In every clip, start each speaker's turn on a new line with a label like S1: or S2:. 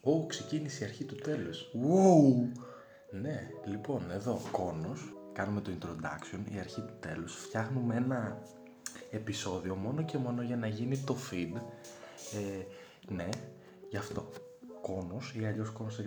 S1: Ω, ξεκίνησε η αρχή του τέλους.
S2: Wow!
S1: Ναι, λοιπόν, εδώ κόνος, κάνουμε το introduction, η αρχή του τέλους, φτιάχνουμε ένα επεισόδιο μόνο και μόνο για να γίνει το feed. Ε, ναι, γι' αυτό. Κόνος ή αλλιώς κόνος 617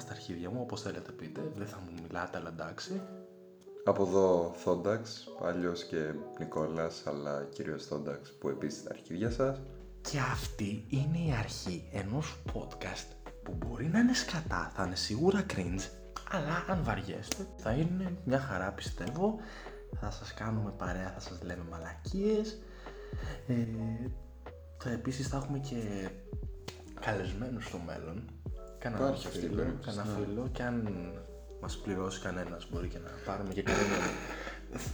S1: στα αρχίδια μου, όπως θέλετε πείτε, δεν θα μου μιλάτε, αλλά εντάξει.
S2: Από εδώ Θόνταξ, αλλιώς και Νικόλας, αλλά κυρίως Θόνταξ που επίσης τα αρχίδια σας.
S1: Και αυτή είναι η αρχή ενός podcast που μπορεί να είναι σκατά, θα είναι σίγουρα cringe, αλλά αν βαριέστε θα είναι μια χαρά πιστεύω. Θα σας κάνουμε παρέα, θα σας λέμε μαλακίες. Ε, θα, επίσης θα έχουμε και καλεσμένους στο μέλλον. Κανένα
S2: Υπάρχει αυτή η
S1: φίλο,
S2: περίπτωση,
S1: κανένα
S2: ναι.
S1: φίλο και αν μας πληρώσει κανένας μπορεί και να πάρουμε και κανέναν.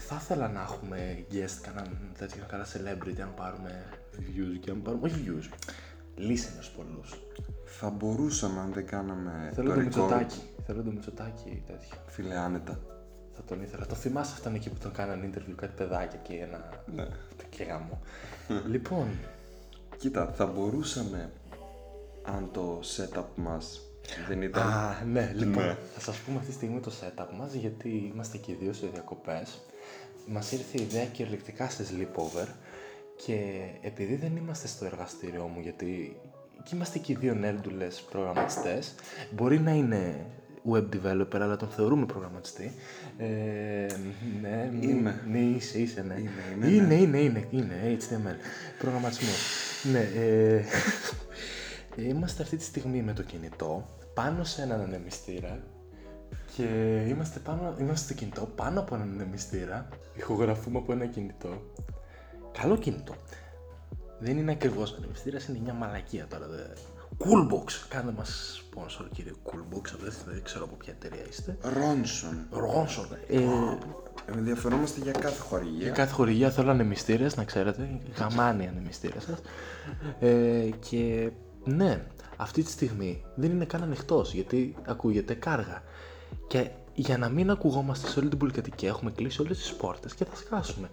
S1: Θα ήθελα να έχουμε guest, κανέναν τέτοιο, κανένα celebrity, αν πάρουμε views και αν πάρουμε, όχι views, listeners πολλούς.
S2: Θα μπορούσαμε αν δεν κάναμε
S1: Θέλω το,
S2: Ε, record.
S1: Μητσοτάκι. Θέλω το Μητσοτάκι τέτοιο.
S2: Φίλε άνετα.
S1: Θα τον ήθελα. Το θυμάσαι ήταν εκεί που τον κάνανε interview κάτι παιδάκια και ένα.
S2: Ναι.
S1: και γαμό. λοιπόν,
S2: Κοίτα, θα μπορούσαμε αν το setup μας δεν ήταν...
S1: Α, ναι, λοιπόν.
S2: Ναι.
S1: Θα σας πούμε αυτή τη στιγμή το setup μας, γιατί είμαστε και οι δύο σε διακοπές. Μας ήρθε η ιδέα κυριολεκτικά σε sleepover και επειδή δεν είμαστε στο εργαστήριό μου, γιατί και είμαστε και οι δύο νέρντουλες προγραμματιστές, μπορεί να είναι web developer, αλλά τον θεωρούμε προγραμματιστή. Ε, ναι, μη-
S2: Είμαι.
S1: Ναι, είσαι, είσαι, ναι.
S2: Είμαι, είμαι,
S1: είναι, είναι, είναι, είναι, HTML. Προγραμματισμός. ναι, ε, είμαστε αυτή τη στιγμή με το κινητό πάνω σε έναν ανεμιστήρα και είμαστε, πάνω, είμαστε στο κινητό πάνω από έναν ανεμιστήρα. Ηχογραφούμε από ένα κινητό. Καλό κινητό. Δεν είναι ακριβώς ανεμιστήρα, είναι μια μαλακία τώρα. Δε. Coolbox. Κάντε μας sponsor, κύριε Coolbox. Δεν, δεν ξέρω από ποια εταιρεία είστε.
S2: Ρόνσον.
S1: Ρόνσον. Ε,
S2: Ενδιαφερόμαστε για κάθε χορηγία.
S1: για κάθε χορηγία θέλω ανεμιστήρες, να ξέρετε. Γαμάνι ανεμιστήρες σας. Ε, και ναι, αυτή τη στιγμή δεν είναι καν ανοιχτός γιατί ακούγεται κάργα. Και για να μην ακουγόμαστε σε όλη την πολυκατοικία, έχουμε κλείσει όλες τις πόρτες και θα σκάσουμε.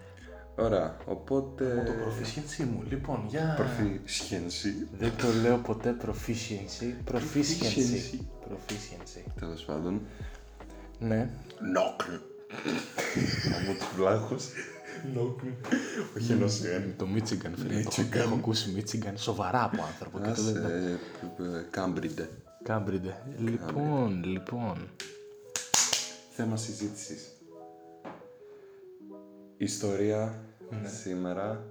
S2: Ωραία, οπότε...
S1: Το proficiency μου, λοιπόν, για.
S2: Προφησιένση.
S1: Δεν το λέω ποτέ proficiency. Proficiency.
S2: Proficiency.
S1: Proficiency.
S2: Τέλος πάντων.
S1: Ναι.
S2: Νόκλ. Να μου του βλάχος. Νόκλ. Όχι ενός εν.
S1: Το Michigan, ε, φίλε. Το έχω- έχω ακούσει Michigan σοβαρά από άνθρωπο. και το δεν τα
S2: Άσε, ε, κάμπριντε.
S1: Κάμπριντε. Λοιπόν, λοιπόν.
S2: Θέμα συζήτησης. Ιστορία
S1: Ναι.
S2: σήμερα.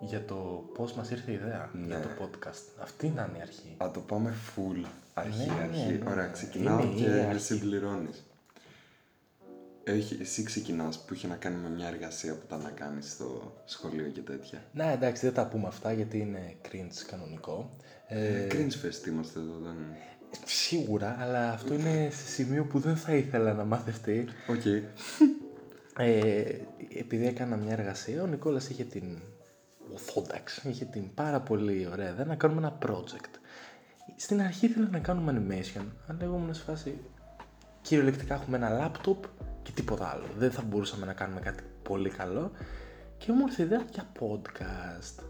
S1: Για το πώς μας ήρθε η ιδέα για το podcast. Αυτή να είναι η αρχή.
S2: Α, το πάμε full αρχή,
S1: Ναι, ναι,
S2: αρχή.
S1: ναι.
S2: Ωραία, ξεκινάω
S1: Είναι η
S2: και με
S1: αρχή.
S2: συμπληρώνεις. Έχει, εσύ ξεκινάς που είχε να κάνει με μια εργασία που ήταν να κάνεις στο σχολείο και τέτοια.
S1: Να εντάξει, δεν τα πούμε αυτά γιατί είναι cringe κανονικό. Ε,
S2: Ναι, Cringe fest είμαστε εδώ, δεν είναι.
S1: σίγουρα, αλλά αυτό είναι σε σημείο που δεν θα ήθελα να μάθευτεί.
S2: Οκ.
S1: Ε, επειδή έκανα μια εργασία, ο Νικόλας είχε την... Ο Θόνταξ είχε την πάρα πολύ ωραία ιδέα να κάνουμε ένα project. Στην αρχή ήθελα να κάνουμε animation, αλλά εγώ ήμουν σε φάση... Κυριολεκτικά έχουμε ένα λάπτοπ και τίποτα άλλο. Δεν θα μπορούσαμε να κάνουμε κάτι πολύ καλό. Και μου ήρθε η ιδέα για podcast.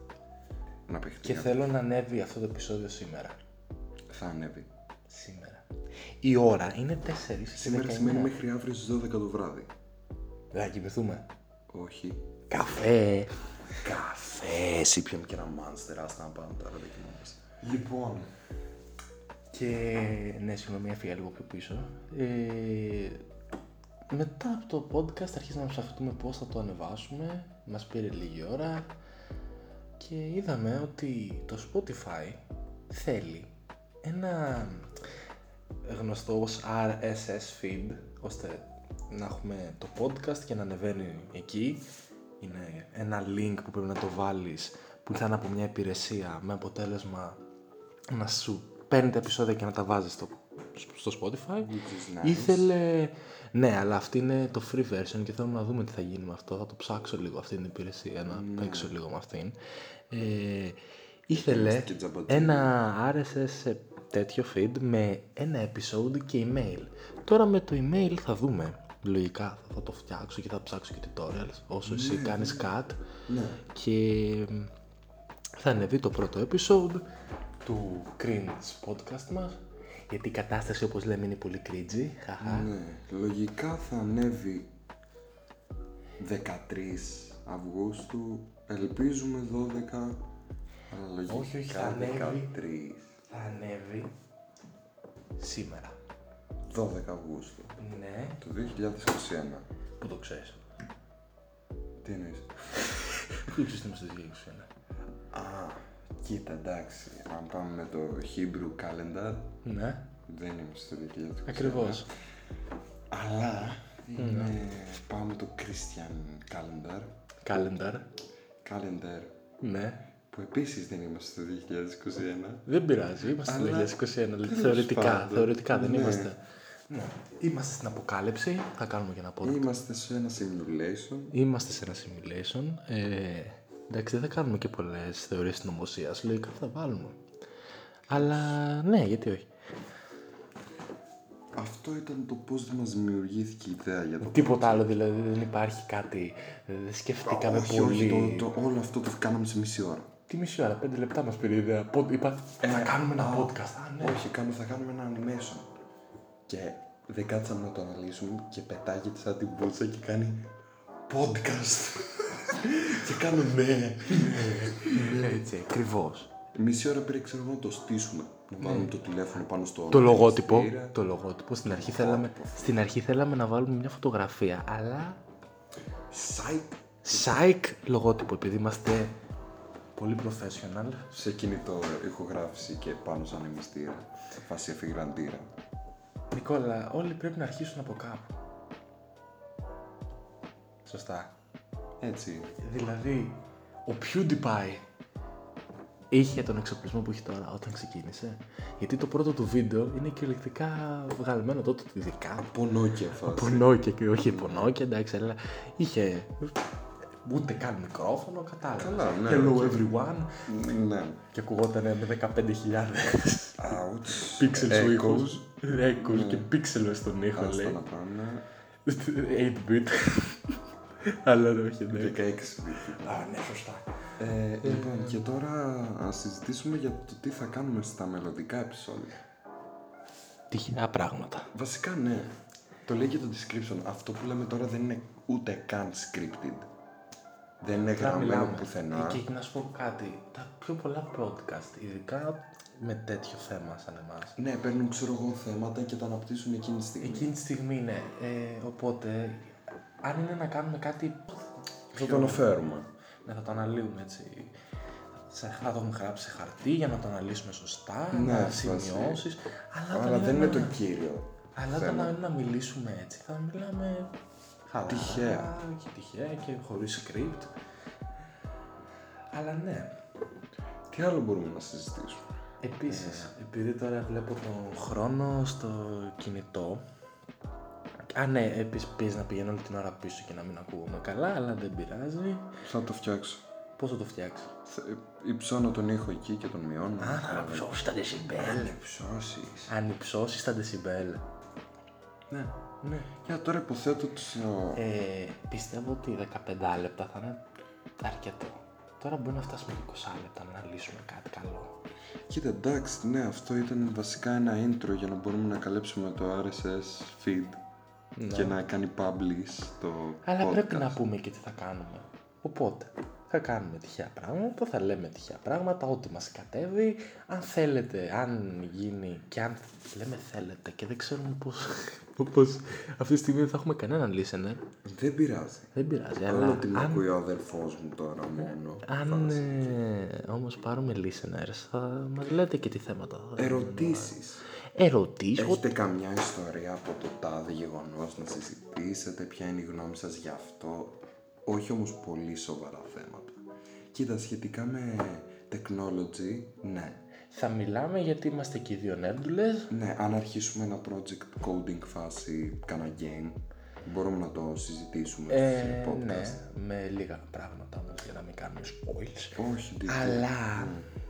S2: Να παιχτεί.
S1: Και θέλω να ανέβει αυτό το επεισόδιο σήμερα.
S2: Θα ανέβει.
S1: Σήμερα. Η ώρα είναι 4.
S2: Σήμερα
S1: ναι,
S2: σημαίνει μέχρι αύριο στις 12 το βράδυ.
S1: Θα κοιμηθούμε.
S2: Όχι.
S1: Καφέ.
S2: Καφέ, εσύ πιάμε και ένα μάνστερ, άστα να πάμε τώρα, δεν κοιμόμαστε. Λοιπόν,
S1: Και ναι, συγγνώμη, έφυγα λίγο πιο πίσω. Ε, μετά από το podcast αρχίσαμε να ψαχτούμε πώς θα το ανεβάσουμε. Μας πήρε λίγη ώρα και είδαμε ότι το Spotify θέλει ένα γνωστό ως RSS feed ώστε να έχουμε το podcast και να ανεβαίνει εκεί. Είναι ένα link που πρέπει να το βάλεις που θα είναι από μια υπηρεσία με αποτέλεσμα να σου παίρνει τα επεισόδια και να τα βάζεις στο, στο Spotify.
S2: is nice.
S1: Ήθελε... Ναι, αλλά αυτή είναι το free version και θέλουμε να δούμε τι θα γίνει με αυτό. Θα το ψάξω λίγο αυτή την υπηρεσία, να παίξω λίγο με αυτήν. Ε, ήθελε
S2: και τζαμπατζίδι.
S1: ένα RSS ε, τέτοιο feed με ένα episode και email. Τώρα με το email θα δούμε. Λογικά θα το φτιάξω και θα ψάξω και tutorials όσο εσύ κάνεις cut.
S2: ναι.
S1: Και θα ανεβεί το πρώτο episode του cringe podcast μας. Γιατί η κατάσταση όπως λέμε είναι πολύ cringe. Χαχα.
S2: Ναι, λογικά θα ανέβει 13 Αυγούστου, ελπίζουμε 12, αλλά λογικά
S1: Όχι, όχι, θα ανέβει.
S2: 13,
S1: Θα ανέβει σήμερα.
S2: 12 Αυγούστου
S1: Ναι.
S2: του 2021.
S1: Πού το ξέρεις.
S2: Τι εννοείς?
S1: Πού ξέρεις τι είμαστε στη διεύθυνση, ναι.
S2: Α, κοίτα εντάξει, αν πάμε με το Hebrew calendar,
S1: Ναι.
S2: δεν είμαστε στο 2021.
S1: Ακριβώς. Ναι.
S2: Αλλά είναι, πάμε το Christian calendar,
S1: Calendar.
S2: calendar
S1: Ναι.
S2: που επίσης δεν είμαστε στο 2021.
S1: Δεν πειράζει, είμαστε
S2: Αλλά-
S1: στο 2021. δηλαδή,
S2: τέλος
S1: θεωρητικά,
S2: πάντων.
S1: θεωρητικά δεν
S2: Ναι.
S1: είμαστε. Ναι. Είμαστε στην αποκάλυψη. Θα κάνουμε και ένα podcast.
S2: Είμαστε σε ένα simulation.
S1: Είμαστε σε ένα simulation. Ε, εντάξει, δεν θα κάνουμε και πολλές θεωρίες συνωμοσίας. Λογικά θα βάλουμε. Αλλά ναι, γιατί όχι.
S2: Αυτό ήταν το πώς μας δημιουργήθηκε η ιδέα για το.
S1: Τίποτα άλλο δηλαδή, δεν υπάρχει κάτι. Δεν σκεφτήκαμε
S2: όχι,
S1: πολύ.
S2: όχι, το, το, όλο αυτό το κάναμε σε μισή ώρα.
S1: Τι μισή ώρα, πέντε λεπτά μας πήρε η ιδέα. Πο- Είπα, θα κάνουμε ένα podcast. Ε, Α, ναι.
S2: Όχι, κάνουμε, θα κάνουμε ένα animation. Και δεν κάτσαμε να το αναλύσουμε και πετάγεται σαν την μπούτσα και κάνει podcast. και κάνουμε ναι.
S1: Έτσι, ακριβώς.
S2: Μισή ώρα πήρε, ξέρω εγώ, να το στήσουμε. Να βάλουμε το τηλέφωνο πάνω στο.
S1: Ναι. Το λογότυπο.
S2: χειριστήρα.
S1: Το λογότυπο. Στην αρχή, θέλαμε, στην αρχή θέλαμε να βάλουμε μια φωτογραφία, αλλά.
S2: Site
S1: Σάικ λογότυπο, επειδή είμαστε πολύ professional.
S2: σε κινητό ηχογράφηση και πάνω σαν εμιστήρα. Φάση αφιγραντήρα.
S1: Νικόλα, όλοι πρέπει να αρχίσουν από κάπου. Σωστά.
S2: Έτσι.
S1: Δηλαδή, ο PewDiePie είχε τον εξοπλισμό που έχει τώρα όταν ξεκίνησε. Γιατί το πρώτο του βίντεο είναι κυριολεκτικά βγαλμένο τότε ειδικά.
S2: Πονόκια φάση.
S1: Από Nokia και όχι από Nokia, εντάξει, αλλά είχε ούτε καν μικρόφωνο, κατάλαβα.
S2: Καλά, ναι,
S1: Hello
S2: οκ.
S1: everyone.
S2: Ναι.
S1: Και ακουγόταν με 15.000
S2: Ouch.
S1: πίξελ ο
S2: Echoes.
S1: ήχος. Ρέκους και πίξελ στον ήχο,
S2: Ναι. Άστα
S1: λέει.
S2: να πάμε.
S1: 8-bit. Αλλά ναι, όχι, ναι.
S2: 16.
S1: Α, ναι, σωστά.
S2: Ε, λοιπόν, και τώρα να συζητήσουμε για το τι θα κάνουμε στα μελλοντικά επεισόδια.
S1: Τυχαία πράγματα.
S2: Βασικά, ναι. Το λέει και το description. Αυτό που λέμε τώρα δεν είναι ούτε καν scripted. Δεν είναι γραμμένο πουθενά.
S1: Και να σου πω κάτι. Τα πιο πολλά podcast, ειδικά με τέτοιο θέμα σαν εμάς,
S2: Ναι, παίρνουν ξέρω εγώ θέματα και τα αναπτύσσουν εκείνη τη στιγμή.
S1: Εκείνη τη στιγμή είναι. Ε, οπότε, αν είναι να κάνουμε κάτι.
S2: Θα το αναφέρουμε.
S1: Ναι, θα το αναλύουμε έτσι. Σε- Θα το έχουμε γράψει σε χαρτί για να το αναλύσουμε σωστά,
S2: Ναι,
S1: να
S2: βάση.
S1: σημειώσει. Αλλά,
S2: Αλλά
S1: όταν
S2: δεν
S1: είναι
S2: είναι το
S1: να-
S2: κύριο.
S1: Αλλά όταν είναι να μιλήσουμε έτσι, θα μιλάμε. Χαλαρά,
S2: Τυχαία.
S1: Και τυχαία και χωρίς script. Αλλά ναι.
S2: Τι άλλο μπορούμε να συζητήσουμε.
S1: Επίσης, επειδή τώρα βλέπω τον χρόνο στο κινητό. Α, ναι, επίσης πιέζει να πηγαίνω όλη την ώρα πίσω και να μην ακούγομαι καλά, αλλά δεν πειράζει.
S2: Θα το φτιάξω.
S1: Πώς θα το φτιάξεις.
S2: Θε- Υψώνω τον ήχο εκεί και τον μειώνω.
S1: ανυψώσει τα decibel.
S2: Ε, Υψώσεις.
S1: Ανυψώσει τα decibel.
S2: Ναι.
S1: Ναι.
S2: Για τώρα υποθέτω ότι στο-
S1: Ε, πιστεύω ότι 15 λεπτά θα είναι αρκετό. Τώρα μπορεί να φτάσουμε και 20 λεπτά να λύσουμε κάτι καλό.
S2: Κοίτα, εντάξει, ναι, αυτό ήταν βασικά ένα intro για να μπορούμε να καλύψουμε το RSS feed και να κάνει publish το
S1: Ναι. Αλλά
S2: podcast.
S1: πρέπει να πούμε και τι θα κάνουμε. Οπότε, θα κάνουμε τυχαία πράγματα, θα λέμε τυχαία πράγματα, ό,τι μας κατέβει. Αν θέλετε, αν γίνει και αν λέμε θέλετε και δεν ξέρουμε πώς, πώς αυτή τη στιγμή δεν θα έχουμε κανέναν listener,
S2: Δεν πειράζει.
S1: δεν πειράζει. Αλλά
S2: Αλλά ότι με
S1: αν,
S2: ακούει ο αδερφός μου τώρα μόνο.
S1: αν ε, όμως πάρουμε listeners, θα μας λέτε και τι θέματα θα
S2: Ερωτήσεις.
S1: Ερωτήσεις,
S2: Έχετε καμιά ιστορία από το τάδε γεγονός να συζητήσετε, ποια είναι η γνώμη σας γι' αυτό. Όχι όμως πολύ σοβαρά θέματα. Κοίτα, σχετικά με technology, ναι.
S1: θα μιλάμε γιατί είμαστε και οι δύο νέρντουλες.
S2: Ναι, αν αρχίσουμε ένα project coding φάση, κάνα game, μπορούμε να το συζητήσουμε
S1: Ε,
S2: στο podcast.
S1: ναι, με λίγα πράγματα όμως για να μην κάνουμε spoils.
S2: Όχι, τι
S1: Αλλά Ναι.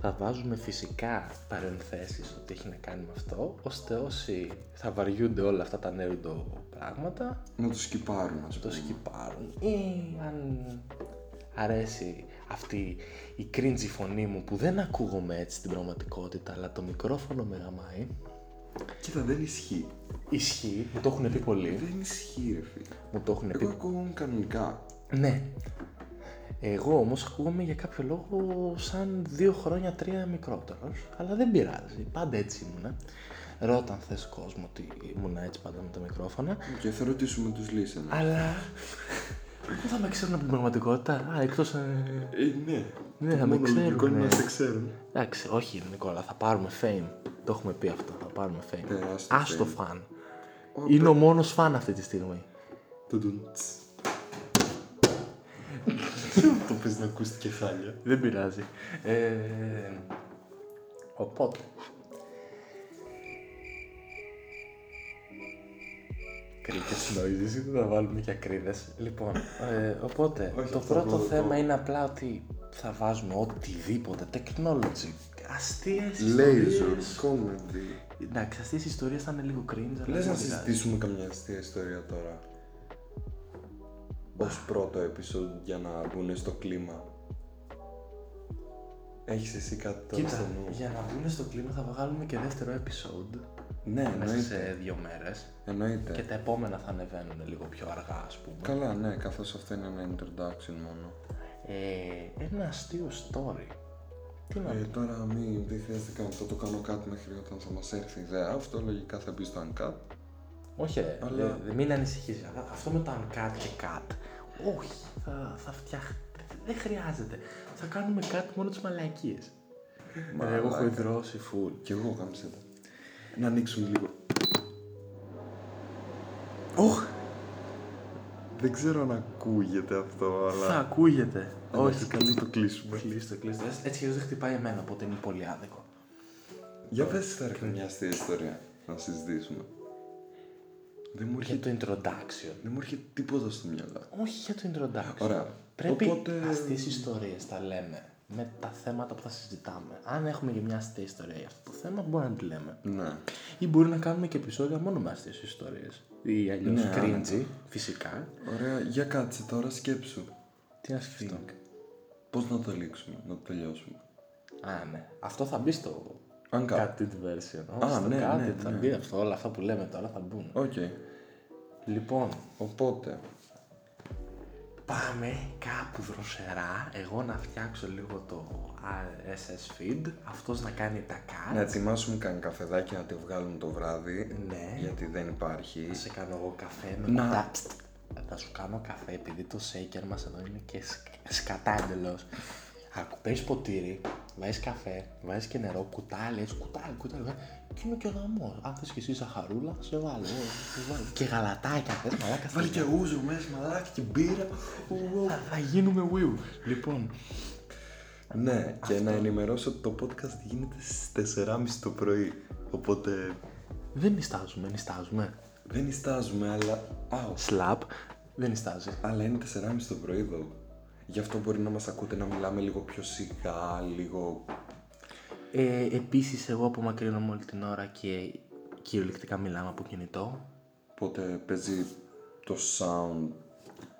S1: θα βάζουμε φυσικά παρενθέσεις ότι έχει να κάνει με αυτό, ώστε όσοι θα βαριούνται όλα αυτά τα νέο πράγματα,
S2: να το σκυπάρουμε, ας
S1: το
S2: πούμε.
S1: σκυπάρουν ή αν αρέσει αυτή η cringy φωνή μου που δεν ακούγομαι έτσι στην πραγματικότητα, αλλά το μικρόφωνο με γαμάει.
S2: Κοίτα, δεν ισχύει.
S1: Ισχύει, μου το έχουν πει πολλοί.
S2: Δεν ισχύει, ρε φίλε.
S1: Μου το έχουν
S2: Εγώ
S1: πει.
S2: ακούω κανονικά.
S1: Ναι. Εγώ όμως ακούγομαι για κάποιο λόγο σαν δύο χρόνια, τρία μικρότερος, αλλά δεν πειράζει, πάντα έτσι ήμουνα. Ρώτα αν θες κόσμο ότι ήμουνα έτσι πάντα με τα μικρόφωνα,
S2: Και θα ρωτήσουμε τους listeners.
S1: αλλά δεν θα με ξέρουν από την πραγματικότητα, α, εκτός... ε,
S2: Ε, ναι.
S1: Ναι, θα
S2: Το
S1: με
S2: μόνο
S1: ξέρουν,
S2: λογικό είναι
S1: ναι.
S2: να σε ξέρουν.
S1: Εντάξει, όχι Νικόλα, θα πάρουμε fame. Το έχουμε πει αυτό, θα πάρουμε fame.
S2: Τεράστιο
S1: Άστο
S2: Ε, fame.
S1: φαν.
S2: Ω,
S1: Είναι ο μόνος φαν αυτή τη στιγμή.
S2: Το ντουν τς. Το πες να ακούσει κεφάλια.
S1: Δεν πειράζει. Ε, οπότε. Κρίκες noises, δεν θα βάλουμε και ακρίδες. Λοιπόν, ε, οπότε,
S2: Όχι,
S1: το
S2: αυτό
S1: πρώτο
S2: απλό,
S1: θέμα
S2: το-
S1: είναι απλά ότι θα βάζουμε οτιδήποτε, technology, αστείες
S2: Laser,
S1: ιστορίες.
S2: comedy.
S1: Εντάξει, αστείες ιστορίες θα είναι λίγο cringe, αλλά
S2: Λες
S1: δεν
S2: να
S1: πειράζει.
S2: συζητήσουμε καμιά αστεία ιστορία τώρα. Ως πρώτο επεισόδιο για να μπουν στο κλίμα. Έχεις εσύ κάτι τώρα στο
S1: Κοίτα,
S2: νου.
S1: για να βγουν στο κλίμα θα βγάλουμε και δεύτερο episode
S2: Ναι,
S1: μέσα
S2: εννοείται. Ναι.
S1: σε δύο μέρες
S2: Εννοείται.
S1: και τα επόμενα θα ανεβαίνουν λίγο πιο αργά ας πούμε.
S2: Καλά, ναι, καθώς αυτό είναι ένα introduction μόνο.
S1: Ε, ένα αστείο story. Τι να
S2: Ε, τώρα μη, δεν χρειάζεται καν αυτό, το κάνω κάτι μέχρι όταν θα μας έρθει η ιδέα. Αυτό λογικά θα μπει στο uncut.
S1: Όχι, ρε,
S2: αλλά-
S1: δε- δε- μην ανησυχείς. Α- Αυτό με τα uncut και cut. Όχι, θα, θα φτιαχ- Δεν χρειάζεται. Θα κάνουμε cut μόνο τις μαλακίες. Ρε, Εγώ έχω
S2: Μαλάκα.
S1: ιδρώσει full.
S2: Κι εγώ κάμισε τα. Να ανοίξουμε λίγο. Οχ! Δεν ξέρω αν ακούγεται αυτό, αλλά...
S1: Θα ακούγεται. Όχι,
S2: κάτσε
S1: καλή.
S2: να το κλείσουμε.
S1: Κλείστο, κλείστο. Έτσι κι αλλιώς δεν χτυπάει εμένα, οπότε είναι πολύ άδικο.
S2: Για πες θα έρθει μια αστεία ιστορία να συζητήσουμε. Δεν μου
S1: Για
S2: έρχεται,
S1: το introduction.
S2: δεν μου έρχεται τίποτα στο μυαλό.
S1: Όχι για το introduction.
S2: Ωραία.
S1: Πρέπει
S2: Οπότε-
S1: Οπότε... αστείες ιστορίες τα λέμε με τα θέματα που θα συζητάμε. Αν έχουμε και μια αστεία ιστορία για αυτό το θέμα, μπορεί να τη λέμε.
S2: Ναι.
S1: Ή μπορεί να κάνουμε και επεισόδια μόνο με αστείες ιστορίες. Ή αλλιώς
S2: Ναι,
S1: cringy, φυσικά.
S2: Ωραία, για κάτσε τώρα σκέψου.
S1: Τι να σκεφτώ.
S2: Πώς να το λήξουμε, να το τελειώσουμε.
S1: Α, ναι. Αυτό θα μπει στο
S2: Αν κάτι.
S1: cut it version. Α,
S2: ναι,
S1: cut
S2: ναι,
S1: it θα
S2: ναι.
S1: μπει αυτό. Όλα αυτά που λέμε τώρα θα μπουν.
S2: Οκ.
S1: Λοιπόν,
S2: Οπότε,
S1: Πάμε κάπου δροσερά, εγώ να φτιάξω λίγο το RSS feed, αυτός να κάνει τα cuts.
S2: να ετοιμάσουμε κανένα καφεδάκι να το βγάλουμε το βράδυ.
S1: Ναι.
S2: Γιατί δεν υπάρχει.
S1: Θα σε κάνω εγώ καφέ με
S2: Να.
S1: μετά. Θα σου κάνω καφέ επειδή το shaker μας εδώ είναι και σκ- σκατά εντελώς. Ακού, παίρνεις ποτήρι, βάζεις καφέ, βάζεις και νερό, κουτάλι, έτσι κουτάλι, κουτάλι, κουτάλι. και είναι και γαμός. Αν θες και εσύ ζαχαρούλα, θα σε βάλω. εγώ, θα σε βάλω. και γαλατάκια θες, μαλάκα.
S2: Βάλει και
S1: θα-
S2: ούζο μέσα, μαλάκι και μπύρα. Ουου.
S1: θα, θα γίνουμε wew. Λοιπόν,
S2: Ναι, και να ενημερώσω ότι το podcast γίνεται στις 4.30 το πρωί. Οπότε
S1: δεν νιστάζουμε, νιστάζουμε.
S2: δεν ιστάζουμε, αλλά. Άου.
S1: Σλαπ, δεν νιστάζει.
S2: Αλλά είναι 4.30 το πρωί εδώ. Γι' αυτό μπορεί να μας ακούτε να μιλάμε λίγο πιο σιγά, λίγο.
S1: Ε, Επίσης, εγώ απομακρύνομαι όλη την ώρα και κυριολεκτικά μιλάμε από κινητό.
S2: Οπότε παίζει το sound.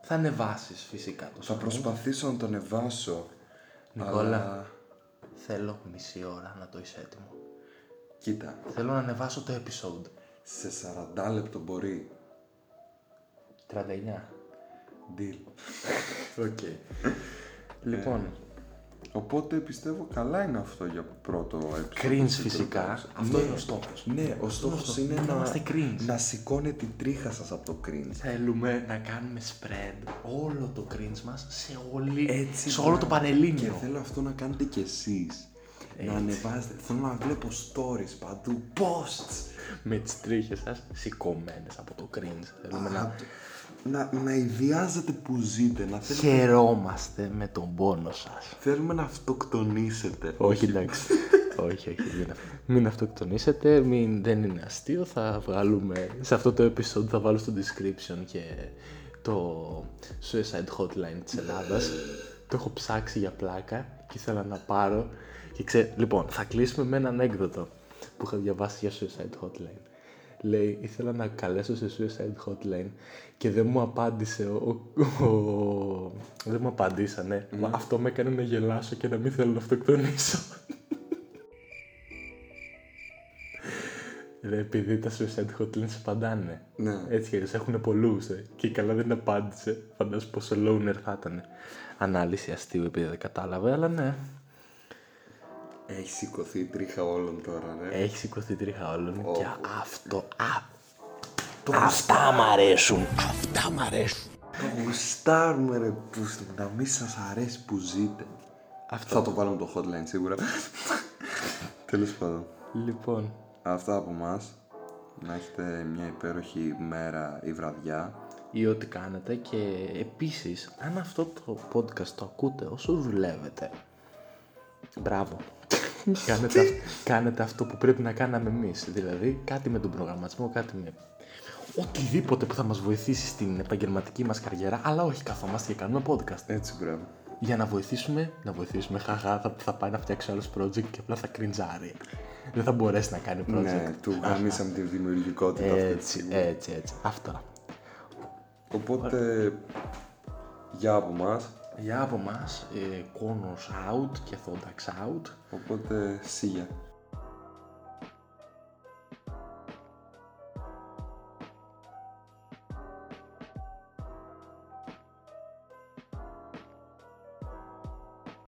S1: Θα ανεβάσεις φυσικά το
S2: Θα
S1: sound.
S2: προσπαθήσω να το ανεβάσω.
S1: Νικόλα.
S2: αλλά-
S1: Θέλω μισή ώρα να το είσαι έτοιμο.
S2: Κοίτα,
S1: Θέλω να ανεβάσω το episode.
S2: σε 40 λεπτό μπορεί.
S1: 39.
S2: Deal.
S1: Οκ. Λοιπόν,
S2: Οπότε πιστεύω καλά είναι αυτό για πρώτο επεισόδιο.
S1: cringe φυσικά. Αυτό
S2: Ναι.
S1: είναι ο στόχος.
S2: Ναι, ο στόχο είναι
S1: να
S2: να,
S1: είμαστε cringe.
S2: να σηκώνει την τρίχα σας από το cringe.
S1: Θέλουμε να κάνουμε spread όλο το cringe μας σε, όλη...
S2: Έτσι,
S1: σε όλο
S2: ναι.
S1: το
S2: Και
S1: πανελλήνιο.
S2: θέλω αυτό να κάνετε κι εσείς. Να ανεβάζετε. Θέλω να βλέπω stories παντού. Posts.
S1: Με τις τρίχες σας σηκωμένες από το cringe. Θέλουμε να
S2: Να, να, να ιδιάζετε που ζείτε. Να θέλ-
S1: χαιρόμαστε με τον πόνο σας.
S2: Θέλουμε να αυτοκτονήσετε.
S1: Όχι, εντάξει. όχι, όχι. Μην, αυ- μην αυτοκτονήσετε, μην, δεν είναι αστείο. Θα βγάλουμε, σε αυτό το episode θα βάλω στο description και το suicide hotline της Ελλάδας. το έχω ψάξει για πλάκα και ήθελα να πάρω. Και ξέ... Λοιπόν, θα κλείσουμε με ένα ανέκδοτο που είχα διαβάσει για suicide hotline. λέει ήθελα να καλέσω σε suicide hotline και δεν μου απάντησε ο... ο- ο- δεν μου απαντήσανε. Μα Αυτό με έκανε να γελάσω και να μην θέλω να αυτοκτονήσω. Ρε, επειδή τα suicide hotlines απαντάνε.
S2: Ναι.
S1: Έτσι κι αλλιώς έχουν πολλού. Και καλά δεν απάντησε. Φαντάζομαι πόσο loner θα ήταν. Ανάλυση αστείου επειδή δεν κατάλαβε, αλλά ναι.
S2: Έχει σηκωθεί η τρίχα όλων τώρα, ρε.
S1: Έχει σηκωθεί τρίχα όλων
S2: Ω.
S1: και αυτό. Α, αυτά μ' αρέσουν. Αυτά μ' αρέσουν.
S2: Το γουστάρουμε, ρε. Που να μην σας αρέσει που ζείτε.
S1: Αυτό.
S2: Θα το βάλουμε το hotline σίγουρα. Τέλος πάντων.
S1: Λοιπόν,
S2: Αυτά από εμά. Να έχετε μια υπέροχη μέρα ή βραδιά.
S1: ή ό,τι κάνετε και επίσης αν αυτό το podcast το ακούτε όσο δουλεύετε μπράβο κάνετε, αυ- κάνετε αυτό που πρέπει να κάναμε εμείς δηλαδή κάτι με τον προγραμματισμό κάτι με οτιδήποτε που θα μας βοηθήσει στην επαγγελματική μας καριέρα αλλά όχι καθόμαστε και κάνουμε podcast
S2: Έτσι, μπράβο.
S1: για να βοηθήσουμε, να βοηθήσουμε χαχά θα, θα πάει να φτιάξει άλλο project και απλά θα κριντζάρει δεν θα μπορέσει να κάνει project
S2: Ναι, του γαμίσαμε τη δημιουργικότητα αυτή τη
S1: έτσι, ε.
S2: στιγμή.
S1: έτσι, έτσι, αυτά
S2: Οπότε, για από εμά.
S1: Για από μας, ε, Connors out και Thondax out.
S2: Οπότε, see ya.